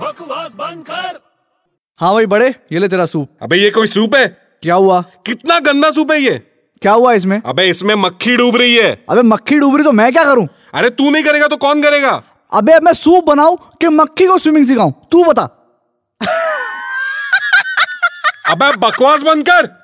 बकवास बंद कर हाँ भाई बड़े ये ले तेरा सूप अबे ये कोई सूप है क्या हुआ कितना गंदा सूप है ये क्या हुआ इसमें अबे इसमें मक्खी डूब रही है अबे मक्खी डूब रही तो मैं क्या करूं अरे तू नहीं करेगा तो कौन करेगा अबे मैं सूप बनाऊं कि मक्खी को स्विमिंग सिखाऊं तू बता अबे बकवास बंद कर